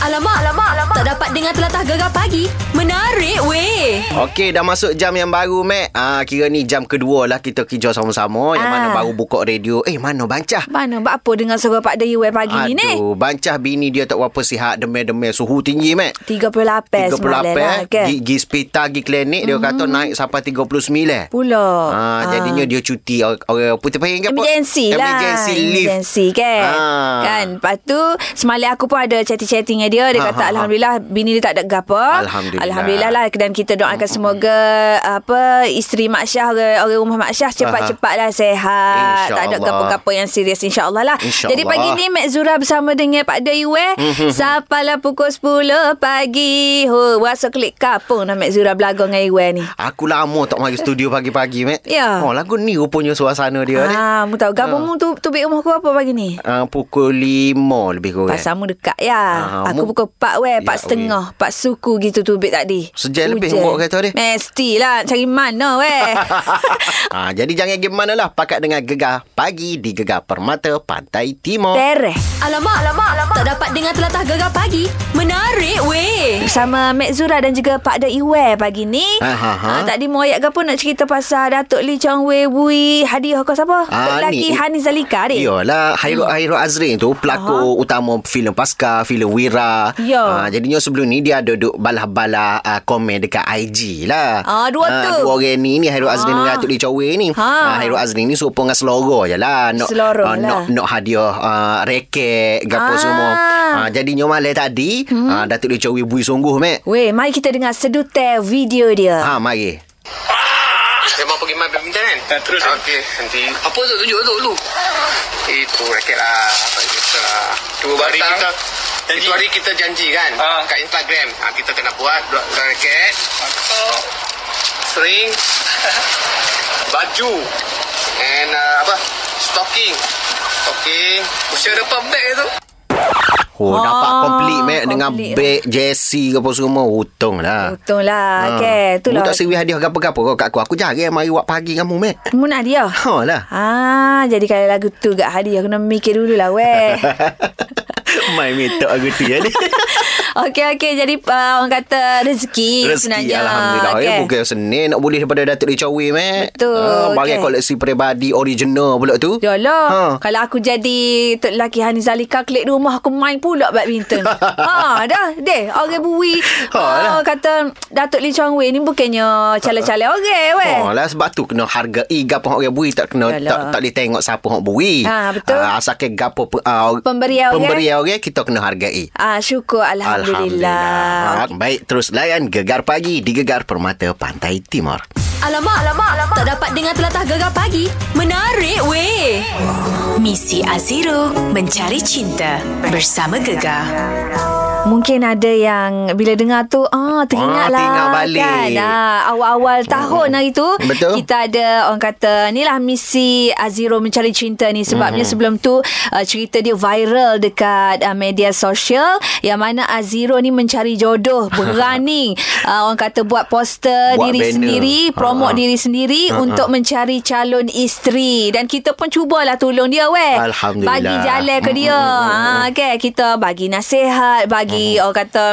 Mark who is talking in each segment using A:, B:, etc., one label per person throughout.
A: Alamak, alamak, alamak. Tak dapat dengar telatah gegar pagi. Menarik weh.
B: Okey, dah masuk jam yang baru, Mac. Ah, kira ni jam kedua lah kita kerja sama-sama. Yang
C: Ah.
B: mana baru buka radio. Eh, mana Bancah?
C: Mana buat apa dengan suara Pak Daya weh pagi ni ni?
B: Aduh, Bancah bini dia tak berapa sihat. Demel-demel. Suhu tinggi, Mac.
C: 38 semalam lah
B: 38
C: kan. Hmm.
B: Gi, gi hospital Gi klinik Dia kata naik sampai 39
C: Pula.
B: Ah, jadinya dia cuti orang orang putih pahing ke apa?
C: Emergency lah
B: Emergency leave.
C: Emergency kan
B: Ah.
C: Kan Lepas tu Semalam aku pun ada chatting-chatting dengan dia Dia
B: Ha,
C: kata
B: ha, ha.
C: Alhamdulillah Bini dia tak ada gapa
B: Alhamdulillah.
C: Alhamdulillah lah Dan kita doakan semoga Apa Isteri Mak Syah Orang, orang rumah Mak Syah Cepat-cepat lah sehat
B: Insya
C: Tak ada
B: Allah.
C: gapa-gapa yang serius InsyaAllah lah
B: Insya
C: Jadi
B: Allah.
C: pagi ni Mek Zura bersama dengan Pak Dayu eh
B: Mm-hmm.
C: Sampai lah pukul 10 pagi Ho, Rasa klik kapung Nak Mek Zura belaga dengan Iwe ni
B: Aku lama tak mari studio pagi-pagi, Mac.
C: Ya.
B: Oh, lagu ni rupanya suasana dia Ya, eh. ni.
C: Ah, mu tahu Gabung mu tu tubik rumah aku apa pagi ni?
B: Uh, pukul 5 lebih kurang.
C: Pasamu dekat ya.
B: Ah,
C: aku
B: mu-
C: pukul 4 weh,
B: Ya,
C: 4 setengah, 4 suku gitu tu beg tadi.
B: Sejam lebih
C: Hujan.
B: awak kereta dia.
C: Mestilah cari mana weh.
B: ha, jadi jangan gimana lah pakat dengan gegar pagi di Gegar Permata Pantai Timur.
C: Tereh.
A: Alamak, alamak, alamak. Tak dapat dengar telatah gegar pagi. Menarik weh.
C: Bersama Mek Zura dan juga Pak Da Iwe pagi ni.
B: Ah, ha, ha.
C: Ah, tadi Moyak ke pun nak cerita pasal Datuk Lee Chong Wei Wui Hadi Hokos apa?
B: Ah,
C: Lelaki
B: ni-
C: Hani Zalika adik.
B: Iyalah Hairul hmm. Hairul Azrin tu pelakon utama filem Pasca, filem Wira.
C: Ya.
B: Ah, jadinya sebelum ni dia ada duk balah-balah ah, komen dekat IG lah.
C: Ah, dua tu.
B: Dua orang ni ni Hairul Azrin
C: Ah.
B: dengan Datuk Lee Chowe ni.
C: Ha.
B: Ah, Hairul Azrin ni serupa dengan seloro je lah. Nak,
C: Seloro
B: ah,
C: lah.
B: Nak, nak hadiah ah, reket
C: Ah.
B: gapo semua. Ah, jadinya malam tadi hmm. ah, Datuk Lee Chowe bui sungguh mek.
C: Weh, mari kita dengar sedutai video dia.
B: Ha mari.
D: Memang pergi main badminton kan?
E: Tak, terus, eh?
D: Okey, nanti. Apa tu tunjuk tu dulu? Itu raket lah. Apa itu lah. Dua
E: Itu hari
D: batang.
E: kita janji.
D: Itu hari kita janji kan?
E: Ha.
D: Kat Instagram. Ha, kita kena buat dua, dua raket. String. Baju. And uh, apa? Stocking. Stocking. Usia depan bag tu.
B: Oh,
C: Ah,
B: dapat complete mek dengan
C: complete. lah.
B: bag, jersey gapo semua. Untung lah.
C: Betul lah. Okay,
B: Mu
C: itulah.
B: tak sewi hadiah gapo-gapo kau kat aku. Aku jarang mari wak pagi dengan mu, Mek.
C: Mu nak dia.
B: Ha lah.
C: Ah, jadi kalau lagu tu kat Hadi aku nak mikir dulu lah weh.
B: Main minta aku tu ya ni.
C: okey okey jadi uh, orang kata rezeki,
B: Rezeki
C: sebenarnya. Kan?
B: Alhamdulillah. Okay. Ya, bukan senin nak boleh daripada Datuk Lee Chowi, Mek.
C: Betul,
B: Ha, barang
C: okey.
B: koleksi peribadi original pula tu.
C: Yalah
B: Ha.
C: ha. Kalau aku jadi Tok Lelaki Hani Zalika Klik rumah aku main pula badminton Ha dah Deh orang bui
B: Ha,
C: ha,
B: lah.
C: Kata Datuk Lee Chong Wei ni bukannya Cala-cala orang weh
B: Oh lah sebab tu kena hargai gapo hak orang bui tak kena
C: Yalah.
B: tak, tak boleh tengok siapa hak bui.
C: Ha, betul.
B: Ah, asalkan gapo pe- ah,
C: Pemberian orang.
B: Pemberian orang kita kena hargai.
C: Ah syukur Alhamdulillah,
B: Ha. Alhamdulillah. Ha, baik terus layan Gegar Pagi di Gegar Permata Pantai Timur.
A: Alamak, alamak, alamak. Tak dapat dengar telatah gegar pagi. Menarik weh.
F: Misi Aziro mencari cinta bersama Gegar.
C: Mungkin ada yang bila dengar tu ah teringat
B: Ah,
C: lah
B: teringat balik.
C: kan. Ah, awal-awal tahun hari tu
B: Betul.
C: kita ada orang kata inilah misi Aziro mencari cinta ni sebabnya
B: Mhm.
C: sebelum tu uh, cerita dia viral dekat uh, media sosial yang mana Aziro ni mencari jodoh berani uh, orang kata buat poster
B: Buat
C: diri
B: banner.
C: sendiri, promote
B: Ha, ha.
C: diri sendiri untuk mencari calon isteri dan kita pun cubalah tolong dia weh.
B: Alhamdulillah. Mm,
C: Bagi jalan ke dia. Ha kan kita bagi nasihat, bagi
B: Mhm.
C: orang kata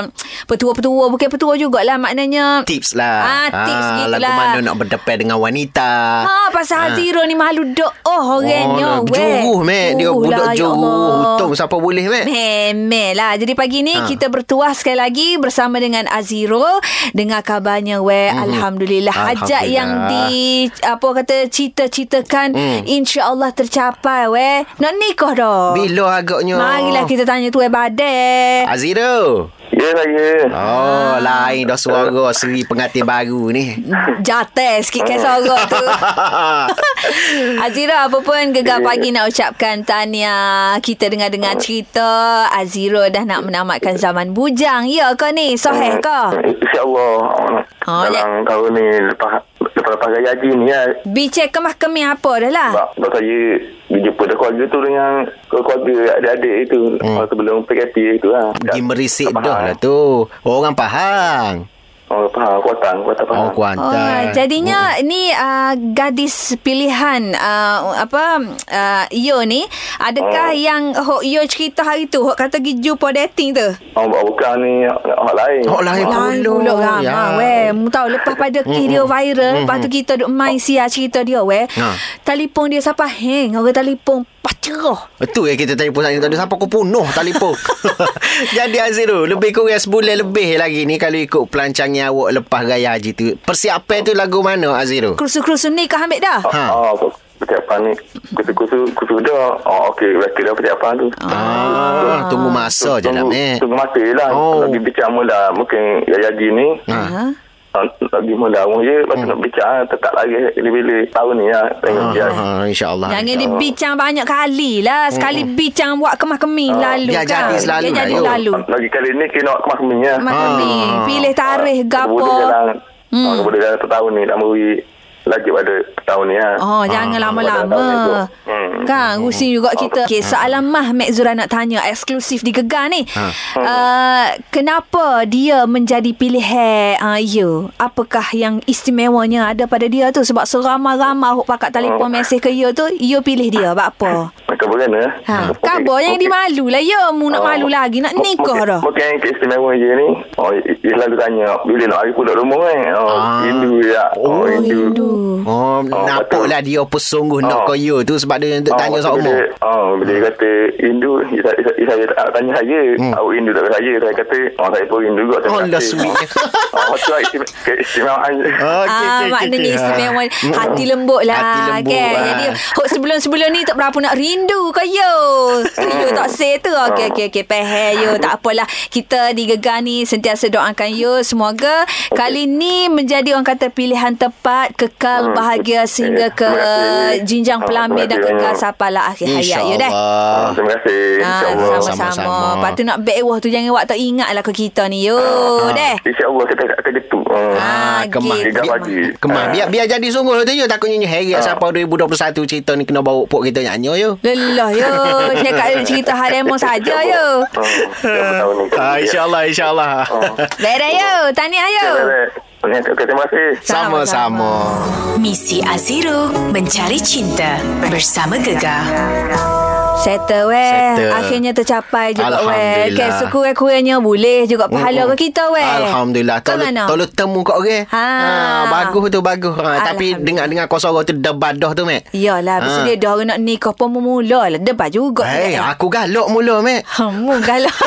C: petua-petua, bukan petua jugalah maknanya.
B: tips lah.
C: Ah, tips gitu
B: Lagu
C: lah.
B: mana nak berdepan dengan wanita.
C: Ha pasal ha.
B: Ah.
C: Haziro ni malu dok oh orangnya
B: lah,
C: weh.
B: Juruh, Mat. Dia
C: Juruh
B: budak
C: lah, ya
B: juruh.
C: Allah.
B: Untung siapa boleh, Mat.
C: Memel lah. Jadi pagi ni
B: Ha.
C: ha. kita bertuah sekali lagi bersama dengan Aziro. Dengar kabarnya weh.
B: Mhm.
C: Alhamdulillah. Hajat
B: Alhamdulillah.
C: yang di apa orang kata cita-citakan
B: Hmm.
C: insya-Allah tercapai weh. Nak nikah dah.
B: Bila agaknya?
C: Marilah kita tanya tuai badai.
B: Aziro.
E: Ya saya.
B: Oh,
C: Ah.
B: lain dah suara seri pengantin baru ni.
C: Jatah sikit kan sorok tu. Azira apa pun gegar pagi nak ucapkan tanya. Kita dengar-dengar cerita Aziro dah nak menamatkan zaman bujang. Ya ke ni?
B: Eh,
E: Ah.
C: Soheh ke?
E: InsyaAllah.
C: Oh,
E: Dalam tahun ni lepas lepas lepas raya haji ni
B: Ah.
E: ya.
C: Bicek ke mahkamah apa dah lah.
E: Sebab sebab saya jumpa dah keluarga tu dengan keluarga adik-adik itu hmm. sebelum PKP itu lah.
B: Pergi merisik
E: Tak
B: dah
E: faham.
B: lah tu. Orang Pahang.
E: Oh, Pahang, Kuantan, Kuantan Pahang.
B: Oh, Kuantan.
C: Oh, jadinya ni uh, gadis pilihan uh, apa uh, Yo ni adakah
E: Oh.
C: yang Hok Yo cerita hari tu Hok kata pergi jumpa dating tu?
E: Oh, buat bukan ni, hak lain.
B: Oh, lain
C: Lain
B: pulak.
C: pula orang
B: Ya.
C: ha, weh. Mu tahu lepas pada kes dia viral, lepas tu kita duk main sia cerita dia weh.
B: Ha.
C: Telefon dia siapa hang, orang telefon pacerah.
B: Betul ya kita telefon tadi tadi siapa aku penuh telefon. Jadi Azirul lebih kurang sebulan lebih lagi ni kalau ikut pelancangnya awak lepas raya haji tu. Persiapan tu lagu mana Azirul?
C: Kerusu-kerusu ni kau ambil dah.
B: Ha.
E: Oh, persiapan ni. Kita kusu, kusu dah. Oh, okey. Rakyat dah persiapan tu.
B: Ah, tunggu masa je lah meh.
E: Tunggu mati lah.
B: Oh.
E: Lagi bicara mula. Mungkin Yaya Haji ni.
B: Ha.
E: ah, Lagi mula. Mungkin lepas tu nak bicara. Tetap lagi bila-bila tahun ni lah. Tengok
B: Ha,
E: dia.
B: ha, ha, InsyaAllah
C: Jangan dibincang banyak kali lah. Sekali bincang buat kemah-kemih lalu
B: Oh. Dia
C: kan.
B: jadi selalu
C: Dia
B: lah,
C: jadi
B: Yo.
C: lalu.
E: Lagi kali ni kena nak kemas minyak.
C: Kemah-kemih.
B: Ah.
C: Pilih tarikh
E: Boleh
C: gapo.
E: jalan. Hmm. Boleh jalan setahun ni. Nak beri lagi pada setahun ni lah.
C: Oh, jangan
E: Pada tahun esok.
C: lama-lama.
E: Hmm. Oh.
C: Kan, rusi juga kita. Okey, soalan Mah Mek Zura nak tanya eksklusif di Gegar ni.
B: Ha.
C: Uh, kenapa dia menjadi pilihan uh, you? Apakah yang istimewanya ada pada dia tu? Sebab seramai-ramai hok pakat telefon
E: Hmm.
C: mesej ke you tu, you pilih dia. Buat apa?
E: Macam bagaimana?
C: Ha.
E: Okey,
C: Kabar yang
E: okey.
C: dimalu lah you. Mu nak
E: Oh.
C: malu lagi. Nak
E: M-
C: nikah
E: mungkin-
C: dah.
E: Mungkin yang istimewa je ni Oh Dia selalu tanya Bila nak hari pulang rumah kan Oh
B: Ah.
E: Rindu ya
B: Oh,
E: Oh rindu Ah,
B: Oh, nampaklah dia apa sungguh nak
E: Oh.
B: kaya tu sebab dia untuk tanya Hmm.
E: waktu
B: sama.
E: bila- Oh bila dia kata Rindu dia- dia- dia- Saya tak tanya saya Awak rindu tak ke saya Saya kata Oh saya pun rindu juga Terima
B: Hmm. Allah,
E: kasih.
B: sweetnya.
E: Oh tu lah istime- keistimewaan
B: Okey,
C: ah,
B: okey,
C: maknanya
B: okey.
C: istimewa
B: Ha.
C: hati lembut lah
B: Hati lembut,
C: kan?
B: ah.
C: jadi hok sebelum-sebelum ni tak berapa nak rindu ke yo tu yo tak say tu okey okey okey pehe yo tak apalah kita di Gegar ni sentiasa doakan yo semoga kali ni menjadi orang kata pilihan tepat kekal bahagia sehingga ke eh,
E: Terima kasih.
C: jinjang
E: Ah,
C: pelamir dan
E: terima kasih
C: kekal lah.
E: banyak.
C: sapalah akhir hayat ya yo deh
B: InsyaAllah.
E: Oh, Terima kasih
C: Ah,
E: InsyaAllah
B: Sama-sama.
C: sama-sama. Lepas tu nak back wah tu jangan awak tak ingat lah ke kita ni. Yo, deh.
E: InsyaAllah kita tak tergetuk
B: Ah, kemah.
E: Tiga pagi
B: Kemah.
E: Ah.
B: Biar, biar jadi sungguh tu je. Takutnya ni
C: Ah.
B: heret sampai 2021 cerita ni kena bawa pok kita nyanyi yo.
C: Lelah yo Cakap eh, cerita harimau saja yo
E: Oh, tahun ni.
B: Ah, InsyaAllah, insyaAllah.
C: Beres yo Tahniah yo
E: Okey, okey, Terima kasih
B: Sama-sama.
F: Misi Aziro mencari cinta bersama Gegar.
C: Settle weh
B: Settle.
C: Akhirnya tercapai juga weh
B: Alhamdulillah. Mm,
C: Okay sekurang-kurangnya Boleh juga pahala ke kita weh
B: Oh. Alhamdulillah.
C: Kau
B: Tolong
C: mana?
B: tolong temu kat orang.
C: Ha.
B: bagus tu bagus. Ha, tapi
C: Alhamdulillah.
B: dengar-dengar kau sorang tu debadah tu, Mek.
C: Yalah Habis
B: Ha.
C: ha. dia dah nak nikah pun mula lah Debat juga
B: Hei, aku galak mula, Mek.
C: Hamu galah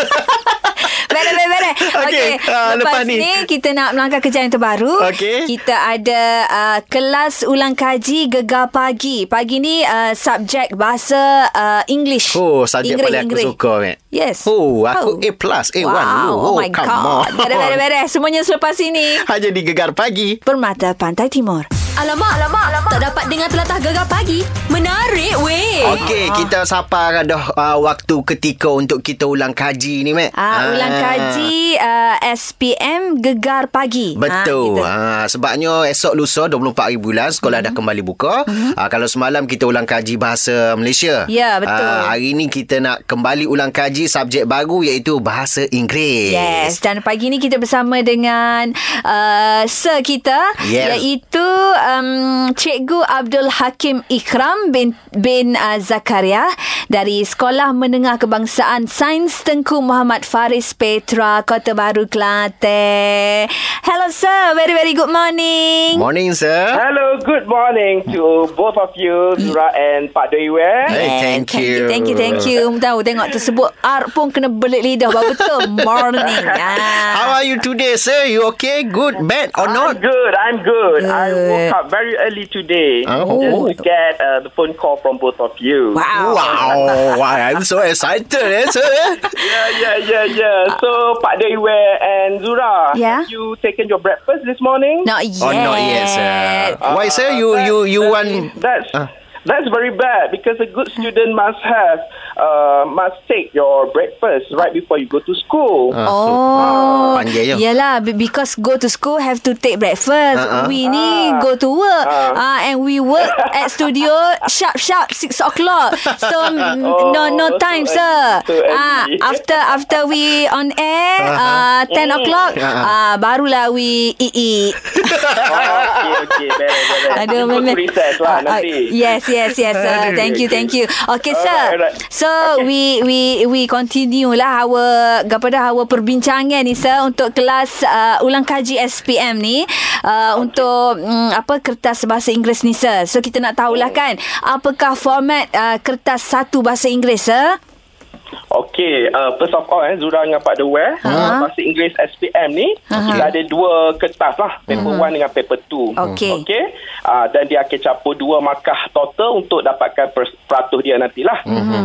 C: Beres, beres, beres.
B: Okey,
C: Okey,
B: ah,
C: lepas,
B: lepas ni.
C: ni. kita nak melangkah kerja yang terbaru.
B: Okey.
C: Kita ada uh, kelas ulang kaji gegar pagi. Pagi ni uh, subjek bahasa uh, English.
B: Oh, subjek
C: Inggeris,
B: paling aku
C: Inggeris.
B: suka, Mek.
C: Yes.
B: Oh, aku A+, A1
C: wow.
B: dulu.
C: Oh,
B: Oh,
C: my
B: come
C: God.
B: on.
C: Beres, beres, beres. Semuanya selepas ini.
B: Hanya di Gegar Pagi.
C: Permata Pantai Timur.
A: Alamak, alamak, alamak. Tak dapat dengar telatah gegar pagi. Menarik
C: Eh.
A: weh.
B: Okey,
C: Ah.
B: kita sapa dah uh, waktu ketika untuk kita ulang kaji ni, Mek.
C: Ah, ulang kaji uh, SPM Gegar Pagi.
B: Betul.
C: Ah, kita-
B: Ha, sebabnya esok lusa 24 hari bulan
C: Hmm.
B: sekolah dah kembali buka. Ha, kalau semalam kita ulang kaji bahasa Malaysia.
C: Ya, betul.
B: Ha, hari ni kita nak kembali ulang kaji subjek baru iaitu bahasa Inggeris.
C: Yes, dan pagi ni kita bersama dengan uh, sir kita
B: Yes.
C: iaitu um, Cikgu Abdul Hakim Ikram bin bin uh, Zakaria dari Sekolah Menengah Kebangsaan Sains Tengku Muhammad Faris Petra Kota Baru Kelantan. Hello sir, very very good morning.
B: Morning, sir.
G: Hello, good morning to both of you, Zura and Pak Doi Wei.
B: Hey, thank you.
C: Thank you, thank you. Mu Tahu tengok tersebut R pun kena belit lidah baru betul. Morning. Ah.
B: How are you today, sir? You okay? Good, bad or
G: I'm
B: not?
G: good, I'm good. I
C: Good.
G: woke up very early today
B: Oh.
G: just to get uh, the phone call from both of you.
C: Wow.
B: Wow, I'm so excited, eh, sir.
G: Yeah, yeah, yeah, yeah. So, Pak Doi Wei and Zura,
C: Yeah.
G: have you taken your breakfast this morning?
C: Not yet.
B: Oh, not yet, sir. Why, sir? You you you
G: that
B: want
G: is- That's, That's very bad because a good student must have uh, must take your breakfast right before you go to school.
B: Ah, so,
C: Oh
B: Panggil je.
C: Yelah be- Because go to school Have to take breakfast uh-huh.
B: Ah, ah.
C: We ni Go to work uh. Uh,
G: Ah.
C: And we work At studio Sharp sharp 6 o'clock So m-
G: Oh,
C: No no
G: so
C: time
G: early,
C: sir
G: so
C: Ah,
G: early.
C: After after we on air uh,
B: Uh-huh.
G: Mm.
C: 10 o'clock
B: Ah.
C: uh, Barulah we eat eat
G: Oh, okay, okay, better, better.
C: Ada
G: Go
C: memang
G: to recess lah
C: Ah, ah,
G: nanti.
C: Yes yes yes sir.
G: Aduh.
C: Thank you thank you Okay sir
G: Alright, alright.
C: So we we we continue lah Hawa Kepada hawa perbincangan ni sir Untuk kelas uh, ulang kaji SPM ni uh, Untuk um, apa kertas bahasa Inggeris ni sir So kita nak
G: Oh.
C: tahulah kan Apakah format uh, kertas satu bahasa Inggeris sir
G: Okey, uh, first of all, eh, Zura dengan Pak Dewey,
C: Ha.
G: bahasa Inggeris SPM ni, kita ada dua kertas lah, paper 1 dengan paper 2.
C: Ha. Okey.
G: Okey, uh, dan dia akan campur dua markah total untuk dapatkan per- peratus dia nantilah.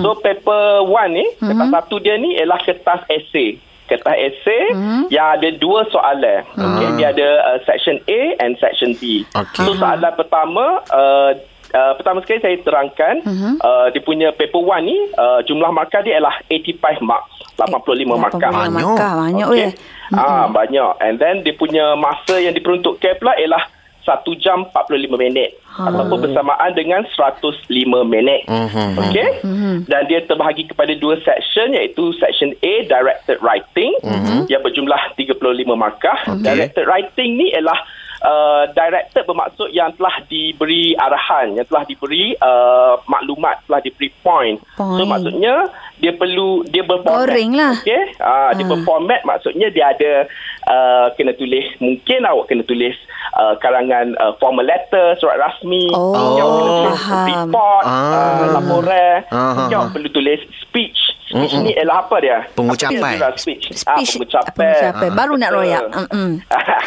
G: So, paper 1 ni, kertas satu dia ni ialah kertas esei. Kertas esei yang ada dua soalan. Okey, dia ada uh, section A and section B.
B: Okey.
G: So, soalan pertama uh, uh, pertama sekali saya terangkan uh-huh. uh, dia punya paper 1 ni uh, jumlah markah dia ialah 85 marks
C: Eh,
G: 85 markah
B: Banyak.
C: Markah banyak
G: Okey.
C: okay.
G: ah banyak and then dia punya masa yang diperuntukkan pula ialah 1 jam 45 minit
C: Ah.
G: ataupun bersamaan dengan 105 minit
B: Mhm.
G: okey dan dia terbahagi kepada dua section iaitu section A directed writing yang berjumlah 35 markah directed writing ni ialah Uh, directed bermaksud yang telah diberi arahan, yang telah diberi uh, maklumat, telah diberi point. So
C: Point.
G: maksudnya dia perlu dia berformat.
C: Boring lah.
G: Okey. Ah, dia berformat maksudnya dia ada uh, kena tulis mungkin awak kena tulis uh, karangan uh, formal letter, surat rasmi,
C: Oh,
G: Mungkin awak kena tulis
C: faham.
G: report, ah.
B: Ah.
G: uh, laporan,
B: Ah,
G: mungkin
B: ah,
G: awak perlu tulis speech. Speech ni ialah apa dia?
B: Pengucapan.
G: Apa dia Zura? speech. Ah,
C: Speech-
G: pengucapan.
C: pengucapan. Baru nak
G: Betul.
C: royak. Mm-mm.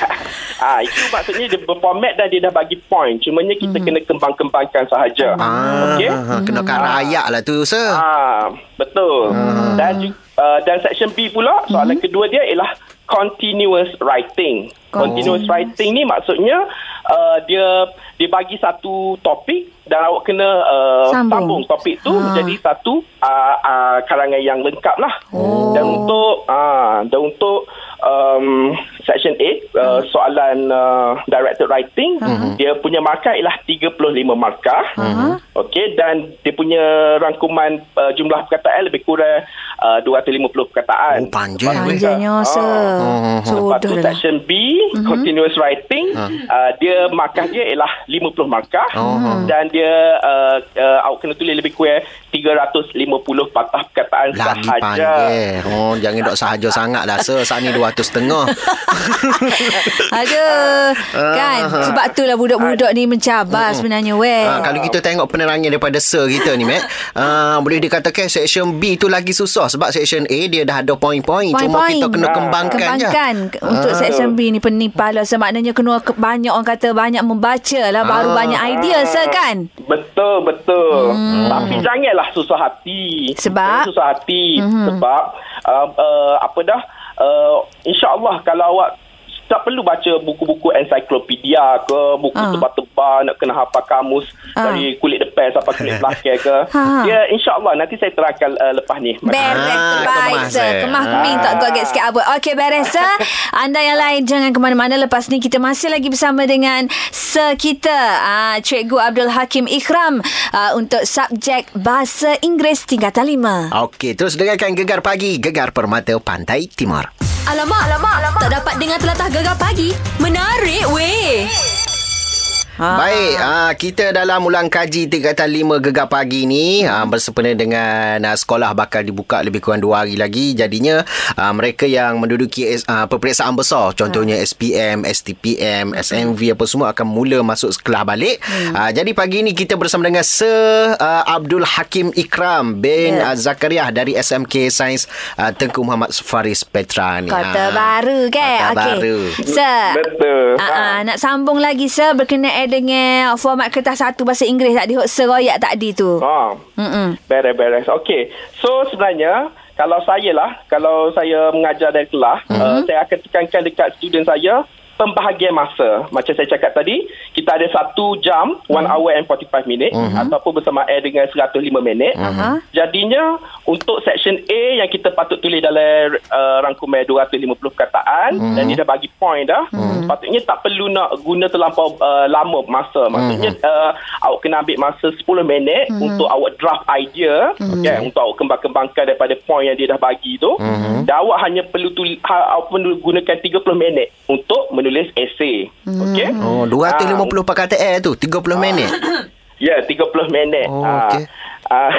G: ah, itu maksudnya dia berformat dan dia dah bagi point. Cumanya kita kena kembang-kembangkan sahaja.
B: Ah,
G: Okey?
B: kena kat rakyat lah tu, sir.
G: Ah, betul. Dan ju- uh, dan section B pula soalan kedua dia ialah continuous writing. Continuous writing ni maksudnya uh, dia dia bagi satu topik dan awak kena uh,
C: Sambung.
G: sambung. topik tu
C: Ha.
G: menjadi satu uh, uh, karangan yang lengkap lah.
C: Oh.
G: Dan untuk uh, dan untuk um, section A
C: Hmm.
G: uh, soalan uh, directed writing dia punya markah ialah 35 markah.
C: Hmm.
G: Okey dan dia punya rangkuman uh, jumlah perkataan lebih kurang uh, 250 perkataan.
B: Oh, panjang,
G: Lepas tu-
C: Panjangnya sir
B: Ah.
C: So
G: Lepas
C: dah
G: tu
C: lah
G: section B Continuous writing uh, Dia markah dia ialah 50 markah
B: Ha. Oh.
G: Dan dia uh, uh, Awak kena tulis lebih kurang 350 patah perkataan
B: Lagi
G: sahaja
B: panggil. Oh, jangan dok sahaja sangat lah, sir. Saat ni 200 setengah.
C: Aduh
B: Ah.
C: Kan Sebab tu lah budak-budak ni mencabar sebenarnya weh
B: Ha, kalau kita tengok penerangan daripada sir kita ni, Matt. Ha, boleh dikatakan section B tu lagi susah sebab section A dia dah ada poin-poin. Cuma
C: Point-point.
B: kita kena kembangkan,
C: Kembangkan
B: je.
C: Untuk
B: Ah.
C: section B ni Penipu lah so, Maknanya kena ke- Banyak orang kata Banyak membaca lah Baru
B: Ah.
C: banyak idea sir kan
G: Betul, betul. Hmm. Tapi janganlah susah hati.
C: Sebab?
G: Jangan susah hati. Hmm. Sebab, uh, uh, apa dah, uh, insyaAllah kalau awak tak perlu baca buku-buku ensiklopedia ke, buku
C: Ah.
G: tebal-tebal nak kena hafal kamus
C: Ah.
G: dari kulit depan sampai kulit belakang ke.
C: Ha.
G: Ya, insyaAllah nanti saya terangkan uh, lepas ni.
C: Beres
B: Ah,
C: terbaik
B: kemas,
C: sir
B: eh.
C: Kemah keming tak goget sikit apa Okey beres sir Anda yang lain jangan ke mana-mana Lepas ni kita masih lagi bersama dengan Sir kita ah, Cikgu Abdul Hakim Ikram ah, Untuk subjek Bahasa Inggeris tingkatan lima.
B: Okey, terus dengarkan Gegar Pagi, Gegar Permata Pantai Timur.
A: Alamak, alamak, alamak. Tak dapat dengar telatah gegar pagi. Menarik weh.
C: Ah.
B: Ha. Baik, ha, kita dalam ulang kaji tingkatan 5 gegar pagi ni ha, bersempena dengan ha, sekolah bakal dibuka lebih kurang 2 hari lagi. Jadinya ha, mereka yang menduduki ha, peperiksaan besar,
C: Hmm.
B: contohnya SPM, STPM, SMV apa semua akan mula masuk sekolah balik.
C: Hmm.
B: Ha, jadi pagi ni kita bersama dengan Sir ha, Abdul Hakim Ikram bin yeah. Zakariah dari SMK Sains ha, Tengku Muhammad Faris Petra ni.
C: Kota
B: Ah.
C: baru ke?
B: Kota
C: Okey.
B: baru.
C: Sir.
G: Betul. Ah.
C: Uh, uh, nak sambung lagi sir berkenaan dengan format kertas satu bahasa Inggeris tadi hok seroyak tadi tu.
G: Ha.
C: Mm-mm.
G: Beres-beres. Okey. So sebenarnya eh, kalau saya lah, kalau saya mengajar dari kelas, mm-hmm. uh, saya akan tekankan dekat student saya pembahagian masa. Macam saya cakap tadi, kita ada satu jam, one hour and 45 minit ataupun bersama air dengan 105 minit.
C: Aha.
G: Jadinya untuk section A yang kita patut tulis dalam uh, rangkuman 250 perkataan dan dia dah bagi point dah. Patutnya tak perlu nak guna terlampau uh, lama masa. Maksudnya uh, awak kena ambil masa 10 minit untuk awak draft idea kan untuk awak kembang-kembangkan daripada point yang dia dah bagi tu. Dan awak hanya perlu tulis, ha, awak perlu gunakan 30 minit untuk menulis esei. Okey.
B: Oh, 250 ah. perkataan air tu 30 minit.
G: Ya, 30 minit.
B: Oh,
G: Ah,
B: okey.
G: ah,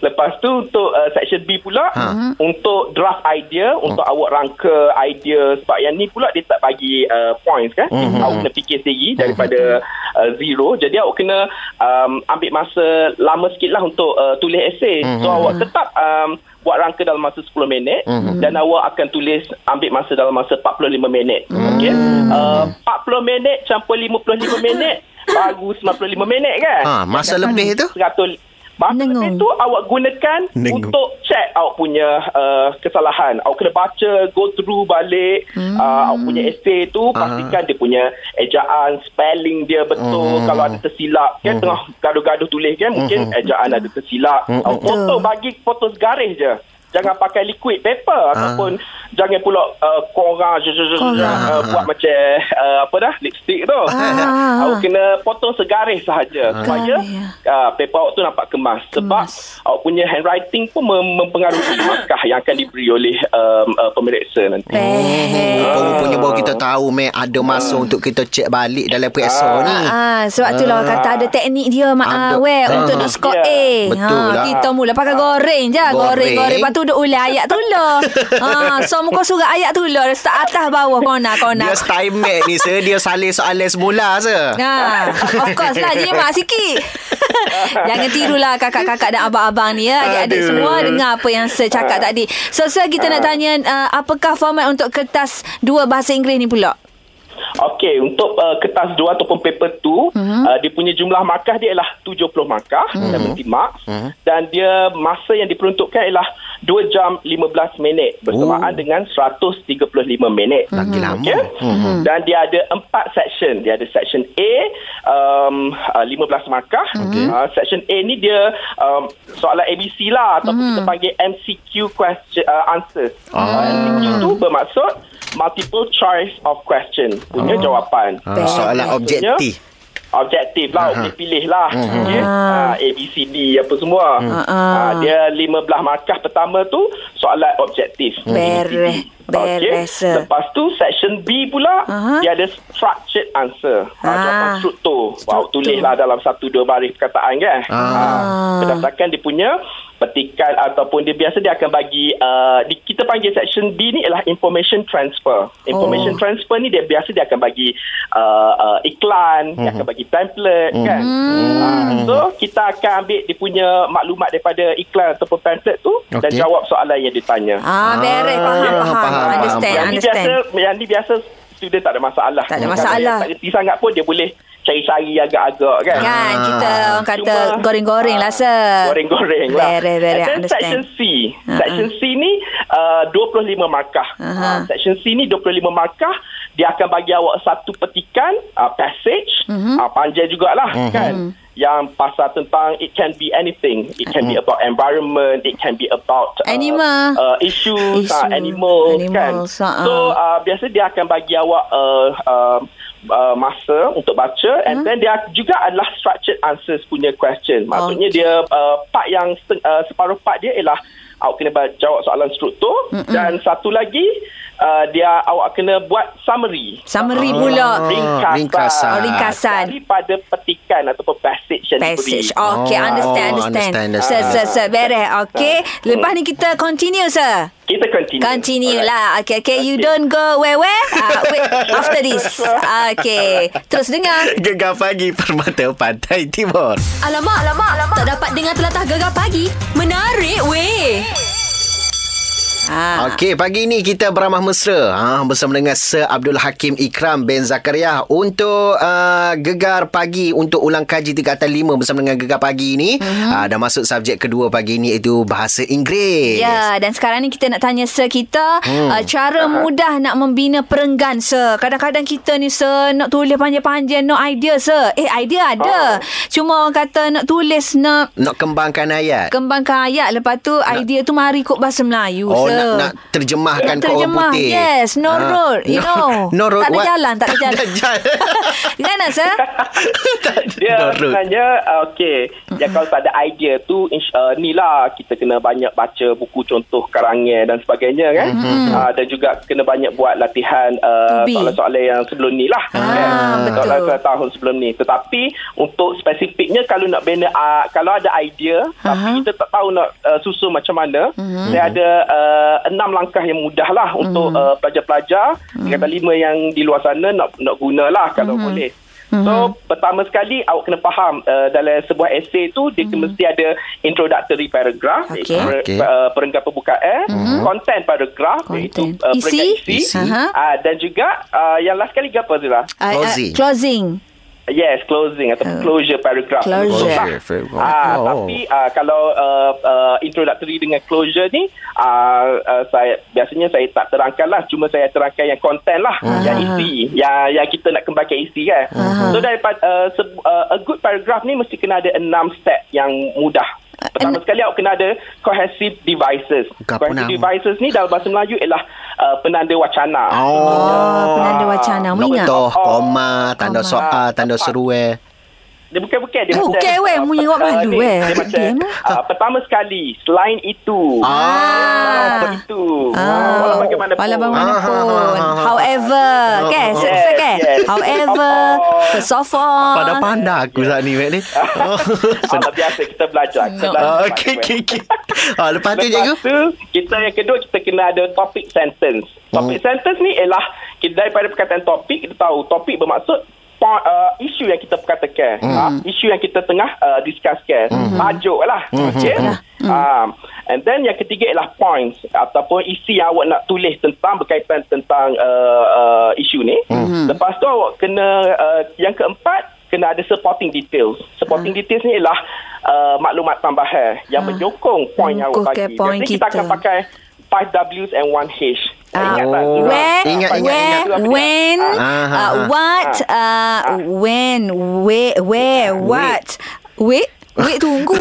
G: lepas tu untuk uh, section B pula
B: Ha. Oh.
G: untuk draft idea untuk awak rangka idea sebab yang ni pula dia tak bagi uh, points kan
B: Mhm.
G: awak kena fikir sendiri daripada uh, zero jadi awak kena um, ambil masa lama sikit lah untuk uh, tulis esei
B: Mhm.
G: so awak tetap um, buat rangka dalam masa 10 minit
B: Mhm.
G: dan awak akan tulis ambil masa dalam masa 45 minit
B: Mhm.
G: okey uh, 40 minit campur 55 minit baru 95 minit kan
B: Ha, masa lebih tu?
G: 100 Masa
C: Nengung.
G: itu awak gunakan
B: Nengung.
G: untuk check awak punya uh, kesalahan. Awak kena baca, go through balik hmm. uh, awak punya essay tu, pastikan dia punya ejaan, spelling dia betul. Kalau ada tersilap, kan tengah gaduh-gaduh tulis kan, mungkin ejaan ada tersilap. Awak potong, bagi potong garis je. Jangan pakai liquid paper ataupun jangan pula uh, korang je, je, je, je, uh, buat macam uh, apa dah lipstick tu.
C: Ah.
G: Awak kena potong segaris sahaja supaya
C: Garis.
G: uh, paper awak tu nampak kemas sebab
C: Kemas.
G: awak punya handwriting pun mem- mempengaruhi markah yang akan diberi oleh um, uh, pemeriksa nanti.
C: Eh.
B: Oh, rupanya baru kita tahu meh ada masa untuk kita cek balik dalam periksa ni.
C: Ah, sebab tu lah orang kata ada teknik dia mak ah,
B: Ada.
C: weh
B: Ah.
C: untuk duk skor
G: Ya.
C: A.
B: Betul lah.
C: kita mula pakai goreng je, goreng
B: Goreng.
C: goreng lepas tu duk ulih ayat tu lah. ah, so muka surat ayat tu lah, start atas bawah kona kona.
B: Dia style meh ni se dia salin soalan semula se.
C: Ha, of course lah Jadi mak sikit Jangan tirulah kakak-kakak dan abang-abang ni ya Adik-adik
B: Aduh.
C: semua dengar apa yang saya cakap tadi So sir kita nak tanya uh, Apakah format untuk kertas dua bahasa Inggeris ni pula?
G: Okey, untuk uh, kertas 2 ataupun paper 2, mm-hmm. uh, dia punya jumlah markah dia ialah 70 markah, mm-hmm. 70 marks
B: Mhm.
G: mm-hmm. dan dia masa yang diperuntukkan ialah 2 jam 15 minit bersamaan
B: Oh.
G: dengan 135 minit.
B: Lagi lama.
G: Okey? Mm-hmm.
B: Hmm.
G: Dan dia ada empat section. Dia ada section A um, uh, 15 markah. Okay. Uh, section A ni dia um, soalan ABC lah ataupun
B: Hmm.
G: mm-hmm. kita panggil MCQ question uh, answers.
B: Ah.
G: Uh, MCQ tu bermaksud multiple choice of question punya jawapan.
B: Ha, soalan objektif.
C: Ya.
G: Objektif lah, boleh pilih lah. Okay?
C: Ah.
G: Uh, A, B, C, D, apa semua. Uh, dia 15 markah pertama tu soalan objektif.
C: Beres.
G: Okey.
C: Beres sir
G: Lepas tu section B pula
C: Aha.
G: dia ada structured answer. Ha
C: Ah.
G: jawapan struktur. Wow, tulislah lah dalam satu dua baris perkataan kan. Ha berdasarkan dia punya petikan ataupun dia biasa dia akan bagi uh, di, kita panggil section B ni ialah information transfer. Information transfer ni dia biasa dia akan bagi uh, uh, iklan, dia akan bagi template kan. Ha, so kita akan ambil dia punya maklumat daripada iklan ataupun template tu dan
B: Okey.
G: jawab soalan yang ditanya.
C: Ah, beres faham, faham,
B: Ah, faham,
C: Understand,
G: Yang ni
C: understand.
G: biasa Yang ni biasa Student tak ada masalah
C: Tak ada
G: Kalau
C: masalah.
G: yang Tak reti sangat pun Dia boleh cari-cari agak-agak kan
C: Kan
B: Ah.
C: kita orang kata
G: Cuma,
C: goreng-goreng lah sir.
G: Goreng-goreng lah
C: Beres, beres,
G: And then
C: understand. Ah,
G: section C Section C ni uh, 25 markah
C: Aha.
G: uh, Section C ni 25 markah Dia akan bagi awak satu petikan uh, Passage
C: Mhm.
G: uh, Panjang jugalah
B: Mhm.
G: kan yang pasal tentang it can be anything it can
B: Mhm.
G: be about environment it can be about uh,
C: Animal.
G: uh,
C: Isu.
G: issues uh,
C: Hmm.
G: animals,
C: Animals, ha,
G: kan
C: ha-ha.
G: so uh, biasa dia akan bagi awak uh, uh, uh, masa untuk
C: Hmm.
G: baca and then dia juga adalah structured answers punya question maksudnya dia uh, part yang seteng- uh, separuh part dia ialah awak kena ba- jawab soalan struktur dan satu lagi uh, dia awak kena buat summary
C: Summary pula.
B: Ah,
G: Ringkasan.
B: ringkasan.
C: Oh, ringkasan.
G: daripada petikan ataupun passage yang
C: Passage.
G: diberi
C: Okay,
B: Oh,
C: understand, understand.
B: understand,
C: Sir,
B: understand.
C: sir, sir. Beres. Okay. Lepas ni kita continue, sir.
G: kita continue
C: Continue
G: Alright.
C: lah. Okay, okay. You
G: Okay.
C: don't go where, where? Uh, wait, after this. Ah, Okay. Terus dengar.
B: Gegar pagi Permata Pantai Timur.
A: Alamak, alamak, alamak. Tak dapat dengar telatah gegar pagi. Menarik, weh.
C: Ha.
B: Okey, pagi ni kita beramah mesra ha, bersama dengan Sir Abdul Hakim Ikram bin Zakaria untuk uh, gegar pagi untuk ulang kaji 3 atas 5 bersama dengan gegar pagi ni. Mm-hmm. Uh, dah masuk subjek kedua pagi ni iaitu bahasa Inggeris.
C: Ya, dan sekarang ni kita nak tanya Sir kita hmm. uh, cara mudah nak membina perenggan Sir. Kadang-kadang kita ni Sir nak tulis panjang-panjang no idea Sir. Eh idea
B: Ah.
C: ada. Cuma orang kata nak tulis nak
B: Nak kembangkan ayat.
C: kembangkan ayat lepas tu idea tu mari ikut bahasa Melayu
B: Oh
C: Sir.
B: nak, nak terjemahkan
C: Nak
B: ke orang
C: terjemah,
B: putih Ah.
C: yes. No road, you know.
B: no, No road
C: Tak ada
B: what?
C: jalan, tak ada jalan.
B: jalan
C: Gimana Sir?
B: Tak ada-
G: Dia
B: No road
G: sebenarnya uh, okey. Ya kalau tak ada idea tu ins- uh, ni lah kita kena banyak baca buku contoh karangan dan sebagainya kan. Mm-hmm. Uh, dan juga kena banyak buat latihan uh,
C: Tubi.
G: soalan-soalan yang sebelum ni lah.
C: Ah, betul.
G: Soalan tahun sebelum ni. Tetapi untuk spesifiknya kalau nak bina uh, kalau ada idea tapi kita tak tahu nak uh, susun macam mana.
C: Mhm.
G: Mm-hmm. Saya ada uh, enam langkah yang mudah lah untuk mm-hmm. uh, pelajar-pelajar
C: Mhm.
G: mm-hmm. kata lima yang di luar sana nak nak gunalah kalau mm-hmm. boleh.
C: Mhm.
G: So pertama sekali awak kena faham uh, dalam sebuah esei tu dia mm-hmm. mesti ada introductory paragraph
C: Mhm. Okey. Mhm.
G: per,
B: Okey.
G: uh, perenggan pembukaan mm-hmm. content paragraph
C: Content.
G: iaitu uh, perenggan
C: Isi.
G: isi,
C: Isi.
G: Uh-huh. Uh, dan juga uh, yang last kali ke apa Zira?
C: Ah, ah,
B: Closing.
C: closing.
G: Yes, closing atau closure paragraph.
C: Closure.
G: Ah, Ah,
B: Oh.
G: tapi ah, kalau uh, uh, introductory dengan closure ni ah, ah, saya biasanya saya tak terangkan lah cuma saya terangkan yang content lah yang isi yang yang kita nak kembangkan isi kan so daripada uh, se- uh, a good paragraph ni mesti kena ada enam step yang mudah Pertama sekali awak kena ada cohesive devices.
B: Gapo
G: cohesive
B: nama?
G: devices ni dalam bahasa Melayu ialah uh, penanda wacana.
B: Oh
C: Oh, penanda wacana. Mu ingat?
B: Noktoh
G: Oh,
B: Koma Tanda
C: Koma.
B: soal ah, Tanda seruai
G: Dia bukan-bukan dia
C: Oh,
G: macam,
C: bukan, weh.
G: ah,
C: Mu ingat
G: ah,
C: malu,
G: ni,
C: weh.
G: Dia macam
C: Game.
G: ah, pertama sekali selain itu.
C: Ah.
G: Apa itu?
C: Ah,
G: Walau bagaimana pun.
C: Walau bagaimana
B: Ah,
C: pun.
B: ah, ah, ah.
C: However, kan?
B: oh, Yes, Oh.
C: Yes, kan?
G: yes.
C: However, first of all. uh,
B: Pada pandai aku saat ni Mac ni Oh,
G: Ah, biasa kita belajar. Kita
C: No.
G: belajar.
B: ah, Okey okey okey Ah, Lepas tu cikgu
G: tu, kita yang kedua, kita kena ada topik sentence. Topik
B: Hmm.
G: sentence ni ialah kita daripada perkataan topik, kita tahu topik bermaksud po- uh, isu yang kita perkatakan.
B: Hmm.
G: Ha, isu yang kita tengah uh, discusskan. Tajuk lah.
B: Hmm.
G: Okay? Um, and then yang ketiga ialah points ataupun isi yang awak nak tulis tentang berkaitan tentang uh, uh, isu ni.
B: Hmm.
G: Lepas tu awak kena, uh, yang keempat, kena ada supporting details. Supporting details ni ialah uh, maklumat tambahan yang menyokong point yang awak
C: Menyokongkan
G: bagi.
C: point
G: Biasanya kita
C: kita.
G: akan pakai 5 Ws and 1 H.
C: Ah,
G: Ingat tak?
B: Oh.
C: Where,
B: Ingat, ingat,
C: where,
G: ingat.
C: when,
B: Ah, ah,
C: uh,
B: ah.
C: what, uh, when, where, where, what, wait, wait tunggu,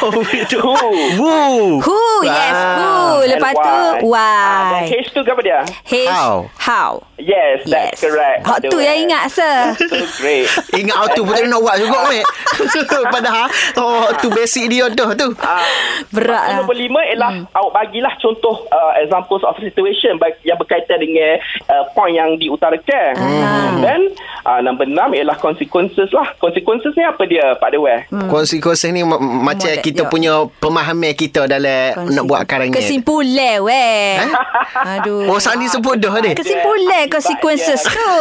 B: Oh itu
G: Ah, Who?
B: Woo Ah.
C: who, yes, who,
G: And
C: lepas tu
G: Ah,
C: why,
G: dan H tu ke apa dia?
C: H,
B: How.
C: how,
G: Yes,
C: yes,
G: that's correct.
C: hak tu
B: eh.
C: yang ingat sir,
G: So great.
B: Ingat auto pun tak nak buat juga Mac Padahal Oh tu basic dia dah tu
G: Ah.
C: berat
G: Yang
C: lah.
G: Nombor lima ialah hmm. awak bagilah contoh uh, examples of situation baik- yang berkaitan dengan uh, point yang diutarakan.
C: Ah.
G: Hmm. Then uh, nombor enam ialah consequences lah. Consequences ni apa dia Pak Dewa? Hmm.
B: Konsekuensi ni ma- macam
C: Model
B: kita
C: dia.
B: punya pemahaman kita dalam nak buat karangan.
C: Kesimpulan weh.
B: Eh?
C: Aduh.
B: Oh, Sani sebut dah ni.
C: Kesimpulan consequences tu.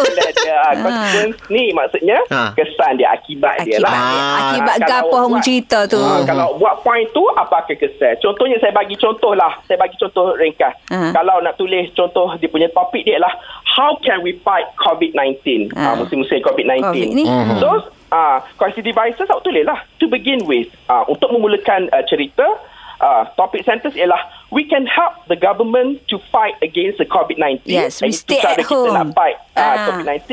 C: Ha.
G: Consequence ni maksudnya
B: Ha.
G: kesan dia, akibat, dia
C: Akibat
G: lah.
C: akibat
G: kalau
C: gapo
G: awak
C: hang
G: buat-
C: cerita tu.
G: Ah, kalau buat point tu apa akan kesan? Contohnya saya bagi contoh lah. Saya bagi contoh ringkas.
C: Ah.
G: Kalau nak tulis contoh dia punya topik dia ialah how can we fight COVID-19?
C: Ah.
G: Ah. musim-musim COVID-19.
C: COVID ni. Mhm.
G: So, ah, quality devices awak tulis lah to begin with. Ah, untuk memulakan ah, cerita, ah, topik sentence ialah we can help the government to fight against the COVID-19.
C: Yes, we
G: And itu
C: stay
G: cara
C: at
G: kita
C: home.
G: Nak fight ah,
C: Ah. Mm-hmm.
G: COVID-19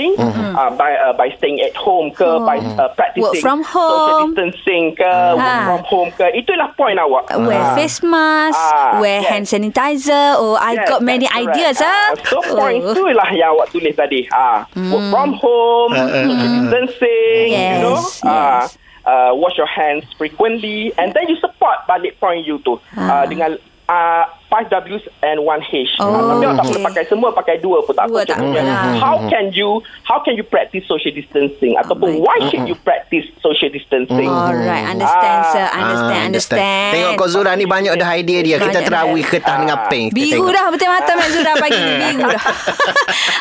G: ah, by ah, by staying at home ke by ah, practicing
C: Work from
G: social
C: home. Ah.
G: distancing ke work from home ke itulah point awak
C: Wear face mask,
G: Ah,
C: wear
G: yes.
C: hand sanitizer. Oh, I
G: Yes,
C: got many
G: that's
C: ideas ah.
G: correct. Ah, so point tu lah yang awak tulis tadi ha work from home social distancing you know
C: Hmm. Yes,
G: Ah,
C: yes.
G: uh, wash your hands frequently and then you support balik point you tu ah. dengan uh, 5Ws and 1H. Ah,
C: Oh,
G: Tapi awak tak boleh
C: okay.
G: pakai semua, pakai dua pun tak
C: Dua
G: apa.
C: tak
G: Contohnya,
C: apa.
G: How can you how can you practice social distancing ataupun
C: Oh my
G: why should you practice social distancing?
C: Alright, understand
G: Ah.
C: sir,
B: Ah,
C: understand, understand.
B: Tengok Kok Zura ni banyak dah idea dia. Kita
C: Banyak Ah.
B: terawih ke tah dengan pink. Kita
C: Biru
B: tengok.
C: dah betul mata Mak Zura pagi ni biru dah.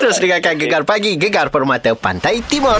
B: Terus dengarkan Gegar Pagi, Gegar Permata Pantai Timur.